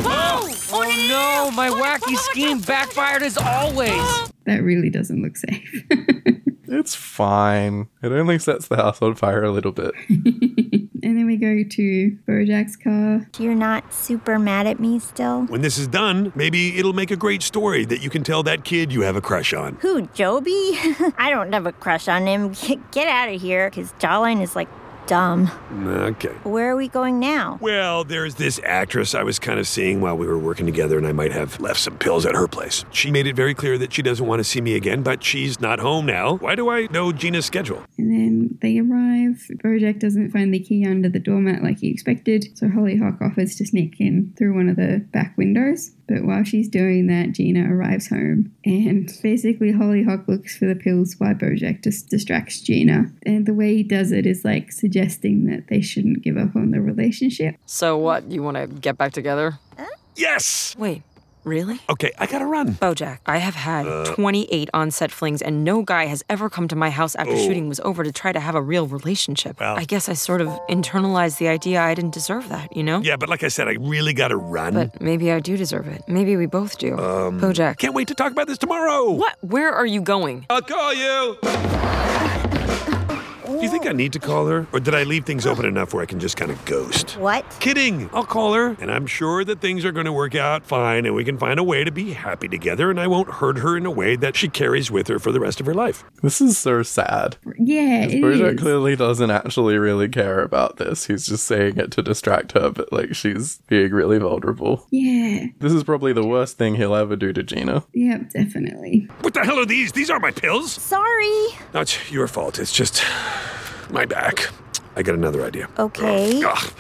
Speaker 5: Oh, oh no, my wacky scheme backfired as always.
Speaker 2: That really doesn't look safe.
Speaker 1: It's fine. It only sets the house on fire a little bit.
Speaker 2: And then we go to Bojack's car.
Speaker 7: You're not super mad at me still?
Speaker 6: When this is done, maybe it'll make a great story that you can tell that kid you have a crush on.
Speaker 7: Who, Joby? I don't have a crush on him. Get out of here, because Jawline is like dumb.
Speaker 6: Okay.
Speaker 7: Where are we going now?
Speaker 6: Well, there's this actress I was kind of seeing while we were working together, and I might have left some pills at her place. She made it very clear that she doesn't want to see me again, but she's not home now. Why do I know Gina's schedule?
Speaker 2: And then they arrive. Bojack doesn't find the key under the doormat like he expected, so Hollyhock offers to sneak in through one of the back windows. But while she's doing that, Gina arrives home. And basically, Hollyhock looks for the pills while Bojack just distracts Gina. And the way he does it is like suggesting that they shouldn't give up on the relationship.
Speaker 4: So what? You want to get back together?
Speaker 6: Yes!
Speaker 4: Wait, really?
Speaker 6: Okay, I gotta run.
Speaker 4: Bojack, I have had
Speaker 6: Uh.
Speaker 4: 28 on-set flings, and no guy has ever come to my house after
Speaker 6: Oh.
Speaker 4: shooting was over to try to have a real relationship.
Speaker 6: Well.
Speaker 4: I guess I sort of internalized the idea I didn't deserve that, you know?
Speaker 6: Yeah, but like I said, I really gotta run.
Speaker 4: But maybe I do deserve it. Maybe we both do.
Speaker 6: Um,
Speaker 4: Bojack.
Speaker 6: Can't wait to talk about this tomorrow.
Speaker 4: What? Where are you going?
Speaker 6: I'll call you. Do you think I need to call her? Or did I leave things open enough where I can just kind of ghost?
Speaker 7: What?
Speaker 6: Kidding! I'll call her, and I'm sure that things are going to work out fine, and we can find a way to be happy together, and I won't hurt her in a way that she carries with her for the rest of her life.
Speaker 1: This is so sad.
Speaker 2: Yeah, it
Speaker 1: Bojack
Speaker 2: is.
Speaker 1: clearly doesn't actually really care about this. He's just saying it to distract her, but like she's being really vulnerable.
Speaker 2: Yeah,
Speaker 1: This is probably the worst thing he'll ever do to Gina.
Speaker 2: yep, definitely.
Speaker 6: What the hell are these? These aren't my pills!
Speaker 7: Sorry.
Speaker 6: No, it's your fault. It's just my back. I got another idea.
Speaker 7: Okay.
Speaker 6: Ugh,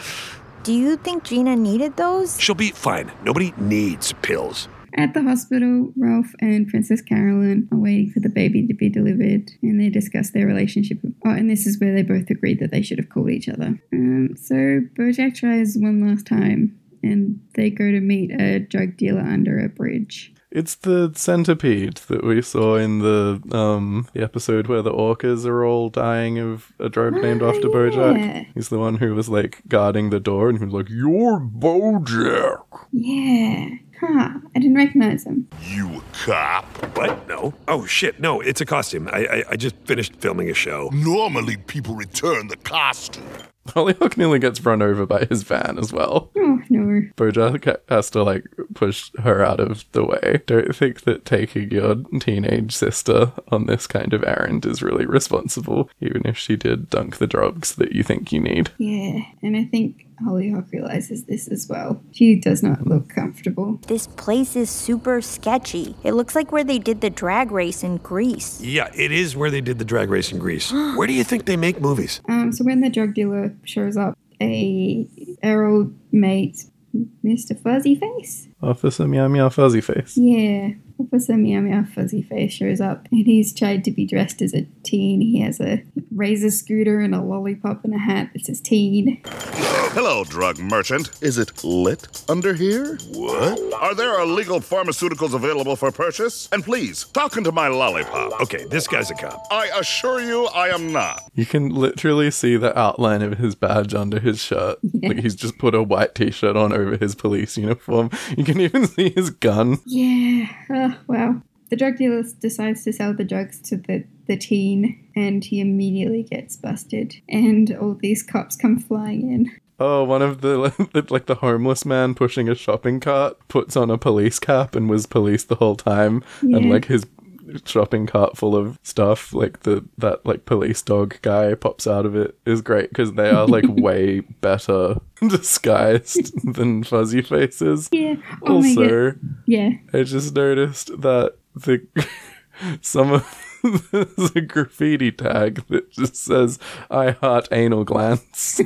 Speaker 7: Do you think Gina needed those?
Speaker 6: she'll be fine. Nobody needs pills.
Speaker 2: At the hospital, Ralph and Princess Carolyn are waiting for the baby to be delivered, and they discuss their relationship. Oh, and this is where they both agreed that they should have called each other. Um, so Bojack tries one last time, and they go to meet a drug dealer under a bridge.
Speaker 1: It's the centipede that we saw in the um the episode where the orcas are all dying of a drug named after
Speaker 2: yeah.
Speaker 1: Bojack. He's the one who was like guarding the door and he was like, You're Bojack.
Speaker 2: Yeah, huh? I didn't recognize him.
Speaker 6: You cop? What? No. Oh shit! No, it's a costume. I I, I just finished filming a show.
Speaker 14: Normally, people return the costume.
Speaker 1: Hollyhock nearly gets run over by his van as well.
Speaker 2: Oh no.
Speaker 1: Bojack has to like push her out of the way. Don't think that taking your teenage sister on this kind of errand is really responsible, even if she did dunk the drugs that you think you need.
Speaker 2: Yeah, and I think Hollyhock realizes this as well. She does not look comfortable.
Speaker 7: This place is super sketchy. It looks like where they did the drag race in Greece.
Speaker 6: Yeah, it is where they did the drag race in Greece. where do you think they make movies?
Speaker 2: Um, so when the drug dealer shows up, a our old mate, Mr. Fuzzy Face,
Speaker 1: Officer Meow Meow Fuzzy Face.
Speaker 2: yeah, Officer Meow Meow Fuzzy Face shows up, and he's tried to be dressed as a teen. He has a razor scooter and a lollipop and a hat that says teen.
Speaker 14: Hello, drug merchant. Is it lit under here? What? Are there illegal pharmaceuticals available for purchase? And please, talk into my lollipop.
Speaker 6: Okay, this guy's a cop.
Speaker 14: I assure you, I am not.
Speaker 1: You can literally see the outline of his badge under his shirt. Like he's just put a white t shirt on over his police uniform. You can even see his gun.
Speaker 2: Yeah, oh, wow. The drug dealer decides to sell the drugs to the, the teen, and he immediately gets busted. And all these cops come flying in.
Speaker 1: Oh, one of the like the homeless man pushing a shopping cart puts on a police cap and was police the whole time, and
Speaker 2: Yeah.
Speaker 1: like his shopping cart full of stuff, like the that like police dog guy pops out of it is great because they are like way better disguised than fuzzy faces.
Speaker 2: Yeah. Oh my
Speaker 1: also,
Speaker 2: Yeah.
Speaker 1: I just noticed that the some of there's a graffiti tag that just says "I heart anal glands,"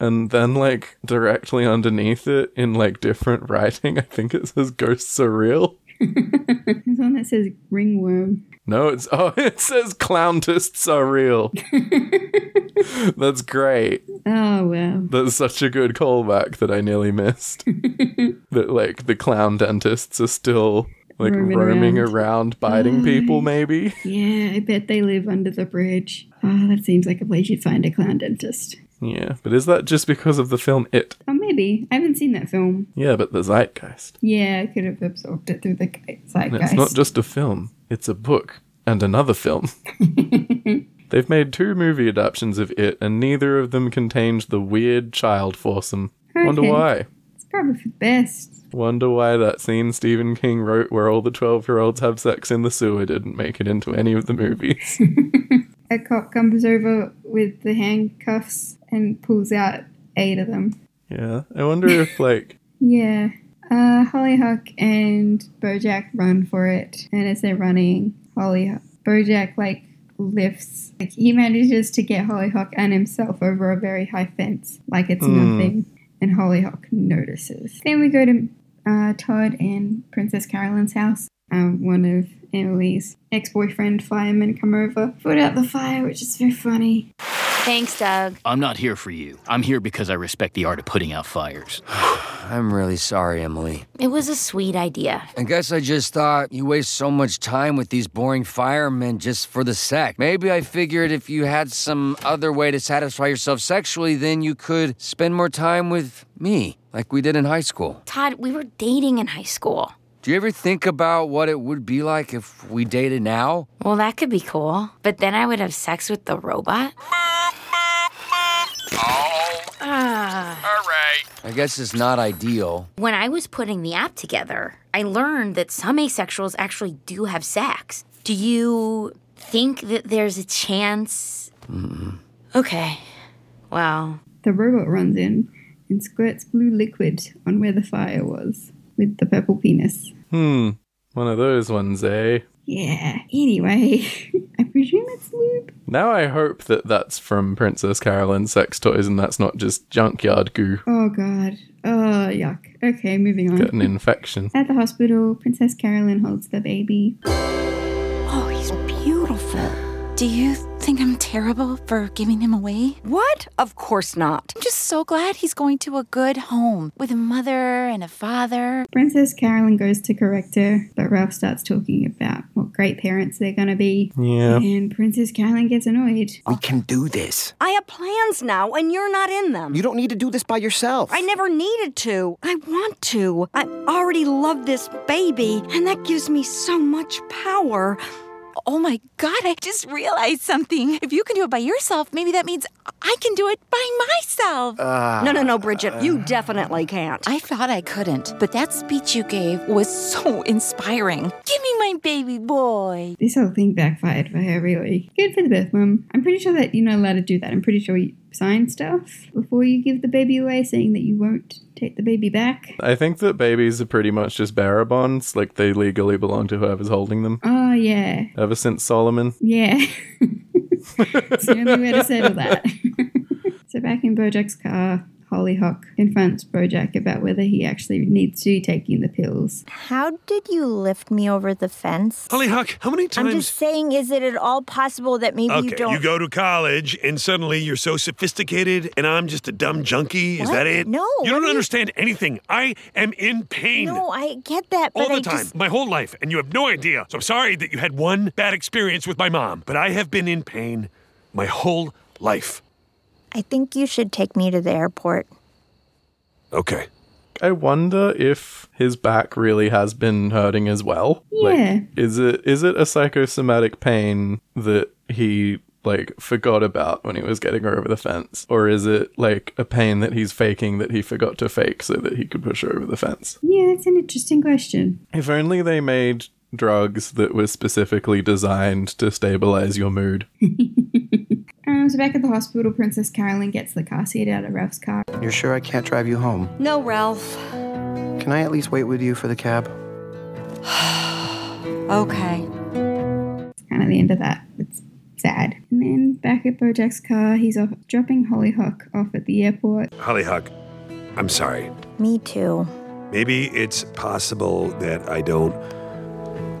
Speaker 1: and then like directly underneath it in like different writing, I think it says "ghosts are real."
Speaker 2: There's one that says ringworm.
Speaker 1: No, it's oh, it says "clowntists are real." That's great.
Speaker 2: Oh, wow.
Speaker 1: That's such a good callback that I nearly missed. that like the clown dentists are still like
Speaker 2: Roaming
Speaker 1: roaming,
Speaker 2: around.
Speaker 1: around. biting people, maybe.
Speaker 2: Yeah, I bet they live under the bridge. Oh, that seems like a place you'd find a clown dentist.
Speaker 1: Yeah, but is that just because of the film It?
Speaker 2: Or maybe. I haven't seen that film.
Speaker 1: Yeah, but the zeitgeist.
Speaker 2: Yeah, I could have absorbed it through the
Speaker 1: And
Speaker 2: zeitgeist.
Speaker 1: it's not just a film; it's a book, and another film. They've made two movie adaptions of it, and neither of them contains the weird child foursome. Wonder
Speaker 2: Okay.
Speaker 1: why.
Speaker 2: It's probably for the best.
Speaker 1: Wonder why that scene Stephen King wrote where all the 12 year olds have sex in the sewer didn't make it into any of the movies.
Speaker 2: A cop comes over with the handcuffs and pulls out eight of them.
Speaker 1: yeah. I wonder if, like,
Speaker 2: Yeah. Uh, Hollyhock and Bojack run for it, and as they're running, Hollyhock Bojack like lifts. Like he manages to get Hollyhock and himself over a very high fence, like it's
Speaker 15: Hmm.
Speaker 2: nothing, and Hollyhock notices. Then we go to uh, Todd and Princess Carolyn's house. Um, one of Emily's ex-boyfriend firemen come over, put out the fire, which is very funny.
Speaker 8: Thanks, Doug.
Speaker 13: I'm not here for you. I'm here because I respect the art of putting out fires.
Speaker 5: I'm really sorry, Emily.
Speaker 8: It was a sweet idea.
Speaker 5: I guess I just thought you waste so much time with these boring firemen just for the sex. Maybe I figured if you had some other way to satisfy yourself sexually, then you could spend more time with me, like we did in high school.
Speaker 8: Todd, we were dating in high school.
Speaker 5: Do you ever think about what it would be like if we dated now?
Speaker 8: Well, that could be cool. But then I would have sex with the robot. Ah.
Speaker 5: I guess it's not ideal.
Speaker 8: When I was putting the app together, I learned that some asexuals actually do have sex. Do you think that there's a chance?
Speaker 16: Mm-hmm.
Speaker 8: Okay. Wow.
Speaker 2: The robot runs in and squirts blue liquid on where the fire was with the purple penis.
Speaker 1: hmm, one of those ones, eh?
Speaker 2: Yeah. Anyway, I presume it's lube.
Speaker 1: Now I hope that that's from Princess Carolyn's sex toys and that's not just junkyard goo
Speaker 2: Oh god. Oh yuck. Okay, moving on.
Speaker 1: get an infection.
Speaker 2: At the hospital, Princess Carolyn holds the baby.
Speaker 16: Oh, he's beautiful. Do you think I'm terrible for giving him away? What? Of course not. I'm just so glad he's going to a good home with a mother and a father.
Speaker 2: Princess Carolyn goes to correct her, but Ralph starts talking about what great parents they're gonna be.
Speaker 1: Yeah.
Speaker 2: And Princess Carolyn gets annoyed.
Speaker 10: We can do this.
Speaker 9: I have plans now, and you're not in them.
Speaker 10: You don't need to do this by yourself.
Speaker 9: I never needed to. I want to. I already love this baby, and that gives me so much power.
Speaker 16: Oh my God, I just realized something. If you can do it by yourself, maybe that means I can do it by myself.
Speaker 10: Uh,
Speaker 9: no, no, no, Bridget. you definitely can't.
Speaker 16: I thought I couldn't, but that speech you gave was so inspiring. Give me my baby boy.
Speaker 2: This whole thing backfired for her, really. Good for the birth mum. I'm pretty sure that you're not allowed to do that. I'm pretty sure you sign stuff before you give the baby away, saying that you won't take the baby back.
Speaker 1: I think that babies are pretty much just bearer bonds, like they legally belong to whoever's holding them.
Speaker 2: Oh, yeah.
Speaker 1: Ever since Solomon.
Speaker 2: Yeah. it's the only way to settle that. so back in Bojack's car, Hollyhock confronts Bojack about whether he actually needs to be taking the pills.
Speaker 7: How did you lift me over the fence?
Speaker 6: Hollyhock, how many times?
Speaker 7: I'm just saying, is it at all possible that maybe
Speaker 6: okay,
Speaker 7: you don't?
Speaker 6: go to college and suddenly you're so sophisticated and I'm just a dumb junkie. Is
Speaker 7: What?
Speaker 6: that it?
Speaker 7: No,
Speaker 6: You don't understand anything. I am in pain.
Speaker 7: no, I get that,
Speaker 6: All
Speaker 7: but
Speaker 6: the
Speaker 7: I
Speaker 6: time,
Speaker 7: just
Speaker 6: my whole life, and you have no idea. So I'm sorry that you had one bad experience with my mom, but I have been in pain my whole life.
Speaker 7: I think you should take me to the airport.
Speaker 6: Okay.
Speaker 1: I wonder if his back really has been hurting as well.
Speaker 2: Yeah.
Speaker 1: Like is it is it a psychosomatic pain that he like forgot about when he was getting her over the fence? Or is it like a pain that he's faking that he forgot to fake so that he could push her over the fence?
Speaker 2: Yeah, that's an interesting question.
Speaker 1: If only they made drugs that were specifically designed to stabilize your mood.
Speaker 2: Um, so back at the hospital, Princess Carolyn gets the car seat out of Ralph's car.
Speaker 10: You're sure I can't drive you home?
Speaker 9: No, Ralph.
Speaker 10: Can I at least wait with you for the cab?
Speaker 9: Okay.
Speaker 2: It's kind of the end of that. It's sad. And then back at Bojack's car, he's off dropping Hollyhock off at the airport.
Speaker 6: Hollyhock, I'm sorry.
Speaker 7: Me too.
Speaker 6: Maybe it's possible that I don't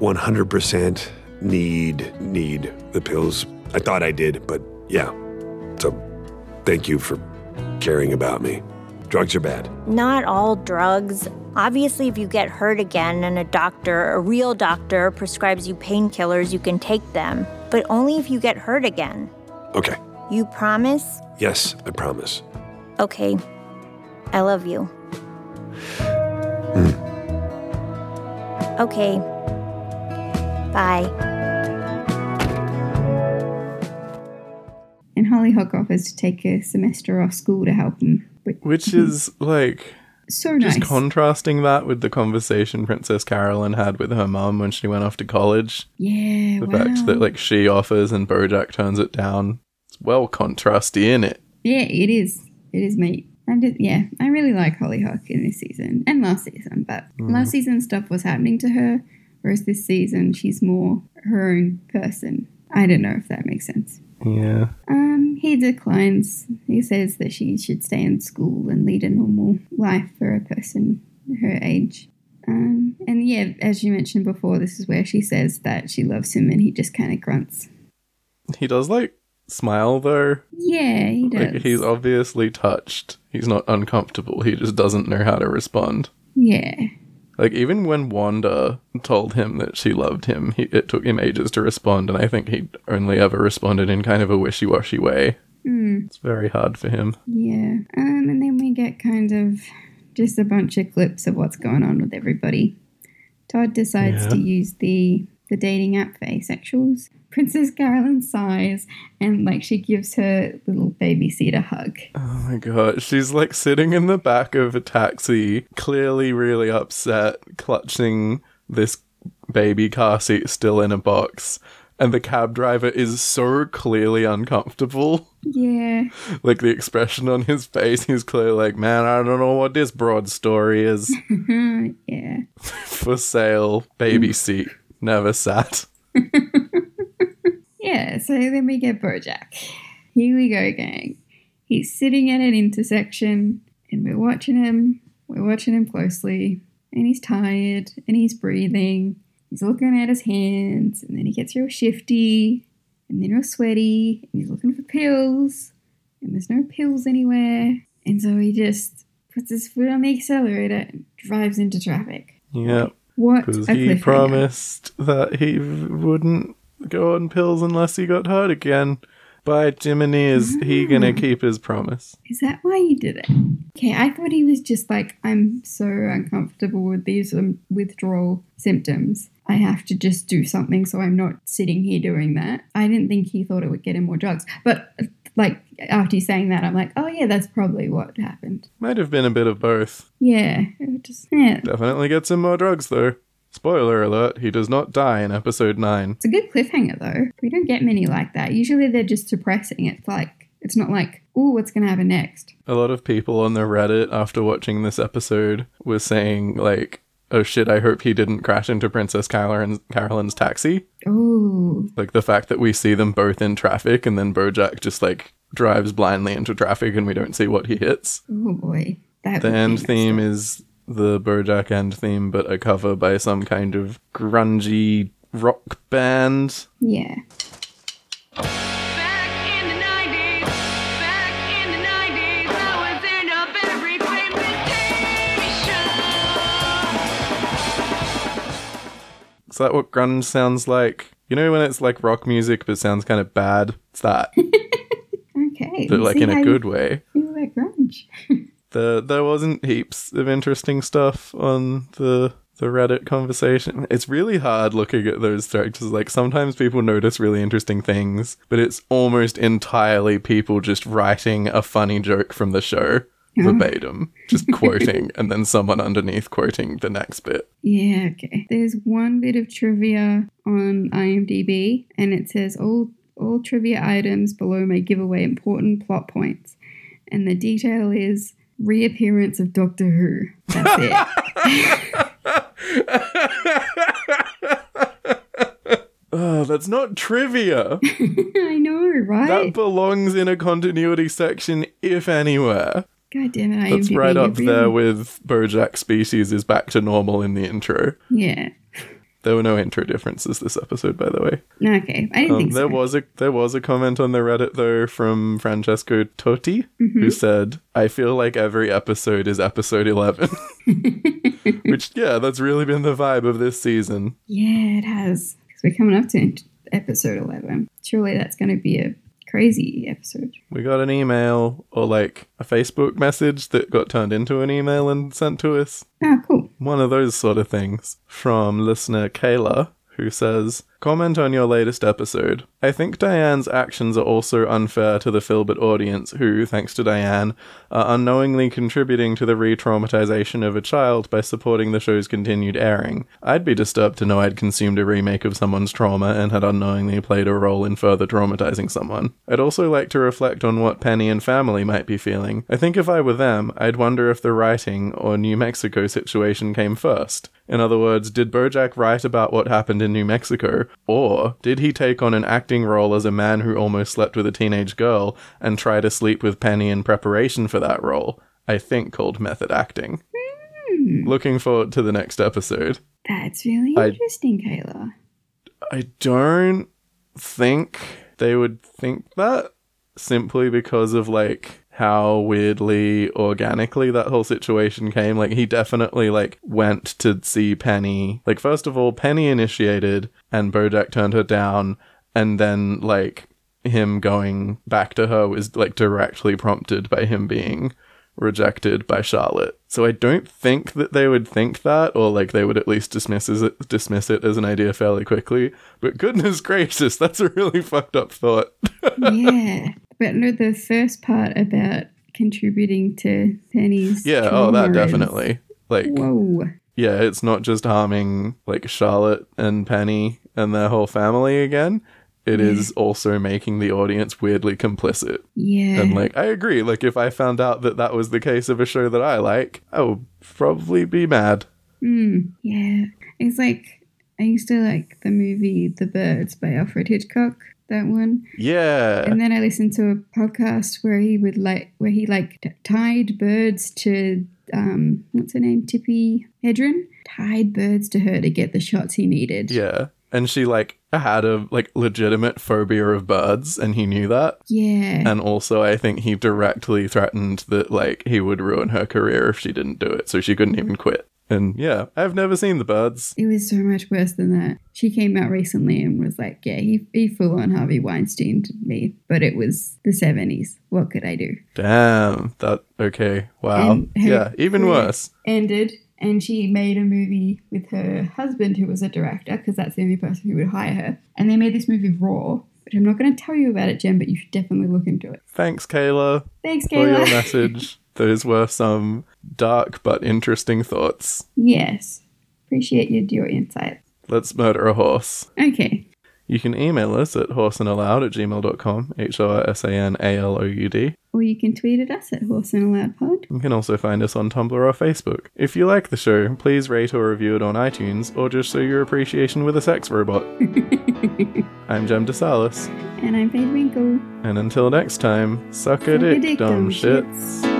Speaker 6: 100% need need the pills. I thought I did, but yeah. So thank you for caring about me. Drugs are bad.
Speaker 7: Not all drugs. Obviously, if you get hurt again and a doctor, a real doctor, prescribes you painkillers, you can take them, but only if you get hurt again.
Speaker 6: Okay.
Speaker 7: You promise?
Speaker 6: Yes, I promise.
Speaker 7: Okay. I love you. Okay. Bye.
Speaker 2: Hollyhock offers to take a semester off school to help him. But
Speaker 1: Which is like
Speaker 2: so
Speaker 1: just
Speaker 2: Hmm. nice.
Speaker 1: contrasting that with the conversation Princess Carolyn had with her mum when she went off to college.
Speaker 2: yeah,
Speaker 1: the
Speaker 2: wow.
Speaker 1: fact that like she offers and Bojack turns it down. It's well contrasty, in it?
Speaker 2: yeah, it is. It is mate. And it, yeah, I really like Hollyhock in this season and last season, but
Speaker 1: Mhm.
Speaker 2: last season stuff was happening to her, whereas this season she's more her own person. I don't know if that makes sense.
Speaker 1: Yeah.
Speaker 2: Um, he declines. He says that she should stay in school and lead a normal life for a person her age. Um, and yeah, as you mentioned before, this is where she says that she loves him and he just kind of grunts.
Speaker 1: He does like smile though.
Speaker 2: Yeah, he does.
Speaker 1: Like he's obviously touched. He's not uncomfortable. He just doesn't know how to respond.
Speaker 2: yeah.
Speaker 1: Like even when Wanda told him that she loved him, he, it took him ages to respond, and I think he only ever responded in kind of a wishy-washy way.
Speaker 2: Hmm.
Speaker 1: It's very hard for him.
Speaker 2: Yeah. Um, and then we get kind of just a bunch of clips of what's going on with everybody. Todd decides
Speaker 1: Yeah.
Speaker 2: to use the the dating app for asexuals. Princess Carolyn sighs and like she gives her little babysitter hug.
Speaker 1: Oh my god, she's like sitting in the back of a taxi, clearly really upset, clutching this baby car seat still in a box, and the cab driver is so clearly uncomfortable.
Speaker 2: Yeah.
Speaker 1: like the expression on his face he's clearly like man i don't know what this broad story is
Speaker 2: yeah.
Speaker 1: for sale baby seat never sat
Speaker 2: Yeah, so then we get Bojack. Here we go, gang. He's sitting at an intersection and we're watching him. We're watching him closely. And he's tired and he's breathing. He's looking at his hands and then he gets real shifty and then real sweaty and he's looking for pills and there's no pills anywhere. And so he just puts his foot on the accelerator and drives into traffic.
Speaker 1: yeah
Speaker 2: What
Speaker 1: because
Speaker 2: a
Speaker 1: he
Speaker 2: cliffhanger.
Speaker 1: promised that he wouldn't go on pills unless he got hurt again by jiminy is he gonna keep his promise
Speaker 2: Is that why you did it? Okay, I thought he was just like, I'm so uncomfortable with these um, withdrawal symptoms. I have to just do something so I'm not sitting here doing that. I didn't think he thought it would get him more drugs. But, uh, like, after you saying that, I'm like, oh, yeah, that's probably what happened.
Speaker 1: might have been a bit of both
Speaker 2: Yeah, it was just, yeah.
Speaker 1: definitely gets him more drugs though spoiler alert he does not die in episode 9
Speaker 2: It's a good cliffhanger, though. We don't get many like that. Usually they're just suppressing. It's like, it's not like, oh, what's going to happen next?
Speaker 1: A lot of people on the Reddit after watching this episode were saying like, "Oh shit, I hope he didn't crash into Princess Carolyn Carolyn's taxi."
Speaker 2: Oh,
Speaker 1: Like the fact that we see them both in traffic and then BoJack just like drives blindly into traffic and we don't see what he hits.
Speaker 2: oh boy. That
Speaker 1: the
Speaker 2: would be
Speaker 1: end
Speaker 2: nice.
Speaker 1: theme is the BoJack end theme, but a cover by some kind of grungy rock band.
Speaker 2: Yeah.
Speaker 1: Is that what grunge sounds like? You know when it's like rock music but sounds kind of bad. It's that,
Speaker 2: Okay.
Speaker 1: but
Speaker 2: we
Speaker 1: like
Speaker 2: see
Speaker 1: in
Speaker 2: how
Speaker 1: a
Speaker 2: you
Speaker 1: good way.
Speaker 2: feel that grunge.
Speaker 1: the there wasn't heaps of interesting stuff on the the Reddit conversation. It's really hard looking at those characters. Like sometimes people notice really interesting things, but it's almost entirely people just writing a funny joke from the show
Speaker 2: Oh.
Speaker 1: verbatim, just quoting, and then someone underneath quoting the next bit.
Speaker 2: Yeah, okay. There's one bit of trivia on IMDb, and it says all all trivia items below may give away important plot points, and the detail is reappearance of Doctor Who. That's it.
Speaker 1: Oh, that's not trivia.
Speaker 2: I know, right?
Speaker 1: that belongs in a continuity section, if anywhere.
Speaker 2: God damn it! IMDb.
Speaker 1: That's right
Speaker 2: you're
Speaker 1: up there
Speaker 2: really-
Speaker 1: with Bojack Species is back to normal in the intro.
Speaker 2: Yeah.
Speaker 1: There were no intro differences this episode, by the way.
Speaker 2: No, okay. I didn't
Speaker 1: Um,
Speaker 2: think
Speaker 1: there
Speaker 2: so.
Speaker 1: was a there was a comment on the Reddit though from Francesco Totti who
Speaker 2: Mhm.
Speaker 1: said, "I feel like every episode is episode 11." Which yeah, that's really been the vibe of this season.
Speaker 2: Yeah, it has. Because we're coming up to int- episode eleven. Surely that's going to be a crazy episode.
Speaker 1: We got an email or like a Facebook message that got turned into an email and sent to us.
Speaker 2: Ah, cool.
Speaker 1: One of those sort of things from listener Kayla, who says, Comment on your latest episode. I think Diane's actions are also unfair to the Filbert audience, who, thanks to Diane, are unknowingly contributing to the re traumatization of a child by supporting the show's continued airing. I'd be disturbed to know I'd consumed a remake of someone's trauma and had unknowingly played a role in further traumatizing someone. I'd also like to reflect on what Penny and family might be feeling. I think if I were them, I'd wonder if the writing or New Mexico situation came first. In other words, did Bojack write about what happened in New Mexico, or did he take on an acting role as a man who almost slept with a teenage girl and try to sleep with Penny in preparation for that role? I think called method acting. Looking forward to the next episode.
Speaker 2: That's really
Speaker 1: I-
Speaker 2: interesting, Kayla.
Speaker 1: I don't think they would think that simply because of like how weirdly organically that whole situation came. Like he definitely like went to see Penny. Like first of all, Penny initiated and Bojack turned her down and then like him going back to her was like directly prompted by him being rejected by Charlotte. So I don't think that they would think that, or like they would at least dismiss as it, dismiss it as an idea fairly quickly. But goodness gracious, that's a really fucked up thought.
Speaker 2: yeah. But no, the first part about contributing to Penny's.
Speaker 1: Yeah, oh, that
Speaker 2: traumas.
Speaker 1: definitely. Like,
Speaker 2: Whoa.
Speaker 1: yeah, it's not just harming like Charlotte and Penny and their whole family again. It
Speaker 2: Yeah.
Speaker 1: is also making the audience weirdly complicit.
Speaker 2: Yeah.
Speaker 1: And like, I agree. Like, if I found out that that was the case of a show that I like, I would probably be mad.
Speaker 2: Mm, yeah. It's like, I used to like the movie The Birds by Alfred Hitchcock, that one.
Speaker 1: Yeah.
Speaker 2: And then I listened to a podcast where he would like, where he like t- tied birds to, um, what's her name? Tippy Hedren? Tied birds to her to get the shots he needed.
Speaker 1: Yeah. And she like had a like legitimate phobia of birds and he knew that.
Speaker 2: Yeah.
Speaker 1: And also I think he directly threatened that like he would ruin her career if she didn't do it, so she couldn't even quit. And yeah, I've never seen the birds.
Speaker 2: It was so much worse than that. She came out recently and was like, "Yeah, he, he full on Harvey Weinstein to me, but it was the seventies. What could I do?"
Speaker 1: Damn. That okay. Wow.
Speaker 2: And her
Speaker 1: yeah, even
Speaker 2: career
Speaker 1: worse.
Speaker 2: Ended, and she made a movie with her husband, who was a director, because that's the only person who would hire her. And they made this movie Raw, which I'm not going to tell you about it, Jen, but you should definitely look into it.
Speaker 1: Thanks, Kayla.
Speaker 2: Thanks,
Speaker 1: For your
Speaker 2: Kayla.
Speaker 1: message. Those were some dark but interesting thoughts.
Speaker 2: Yes, appreciate your your insight.
Speaker 1: Let's murder a horse.
Speaker 2: Okay,
Speaker 1: You can email us at horseandaloud at gmail.com, H O R S A N A L O U D.
Speaker 2: or you can tweet at us at Horse and Allowed Pod.
Speaker 1: You can also find us on Tumblr or Facebook. If you like the show, please rate or review it on iTunes, or just show your appreciation with a sex robot. I'm Jem DeSalis,
Speaker 2: And I'm Fade Winkle.
Speaker 1: and until next time, suck a
Speaker 2: Suck a
Speaker 1: dick,
Speaker 2: dick,
Speaker 1: dumb
Speaker 2: dumb
Speaker 1: shits.
Speaker 2: shits.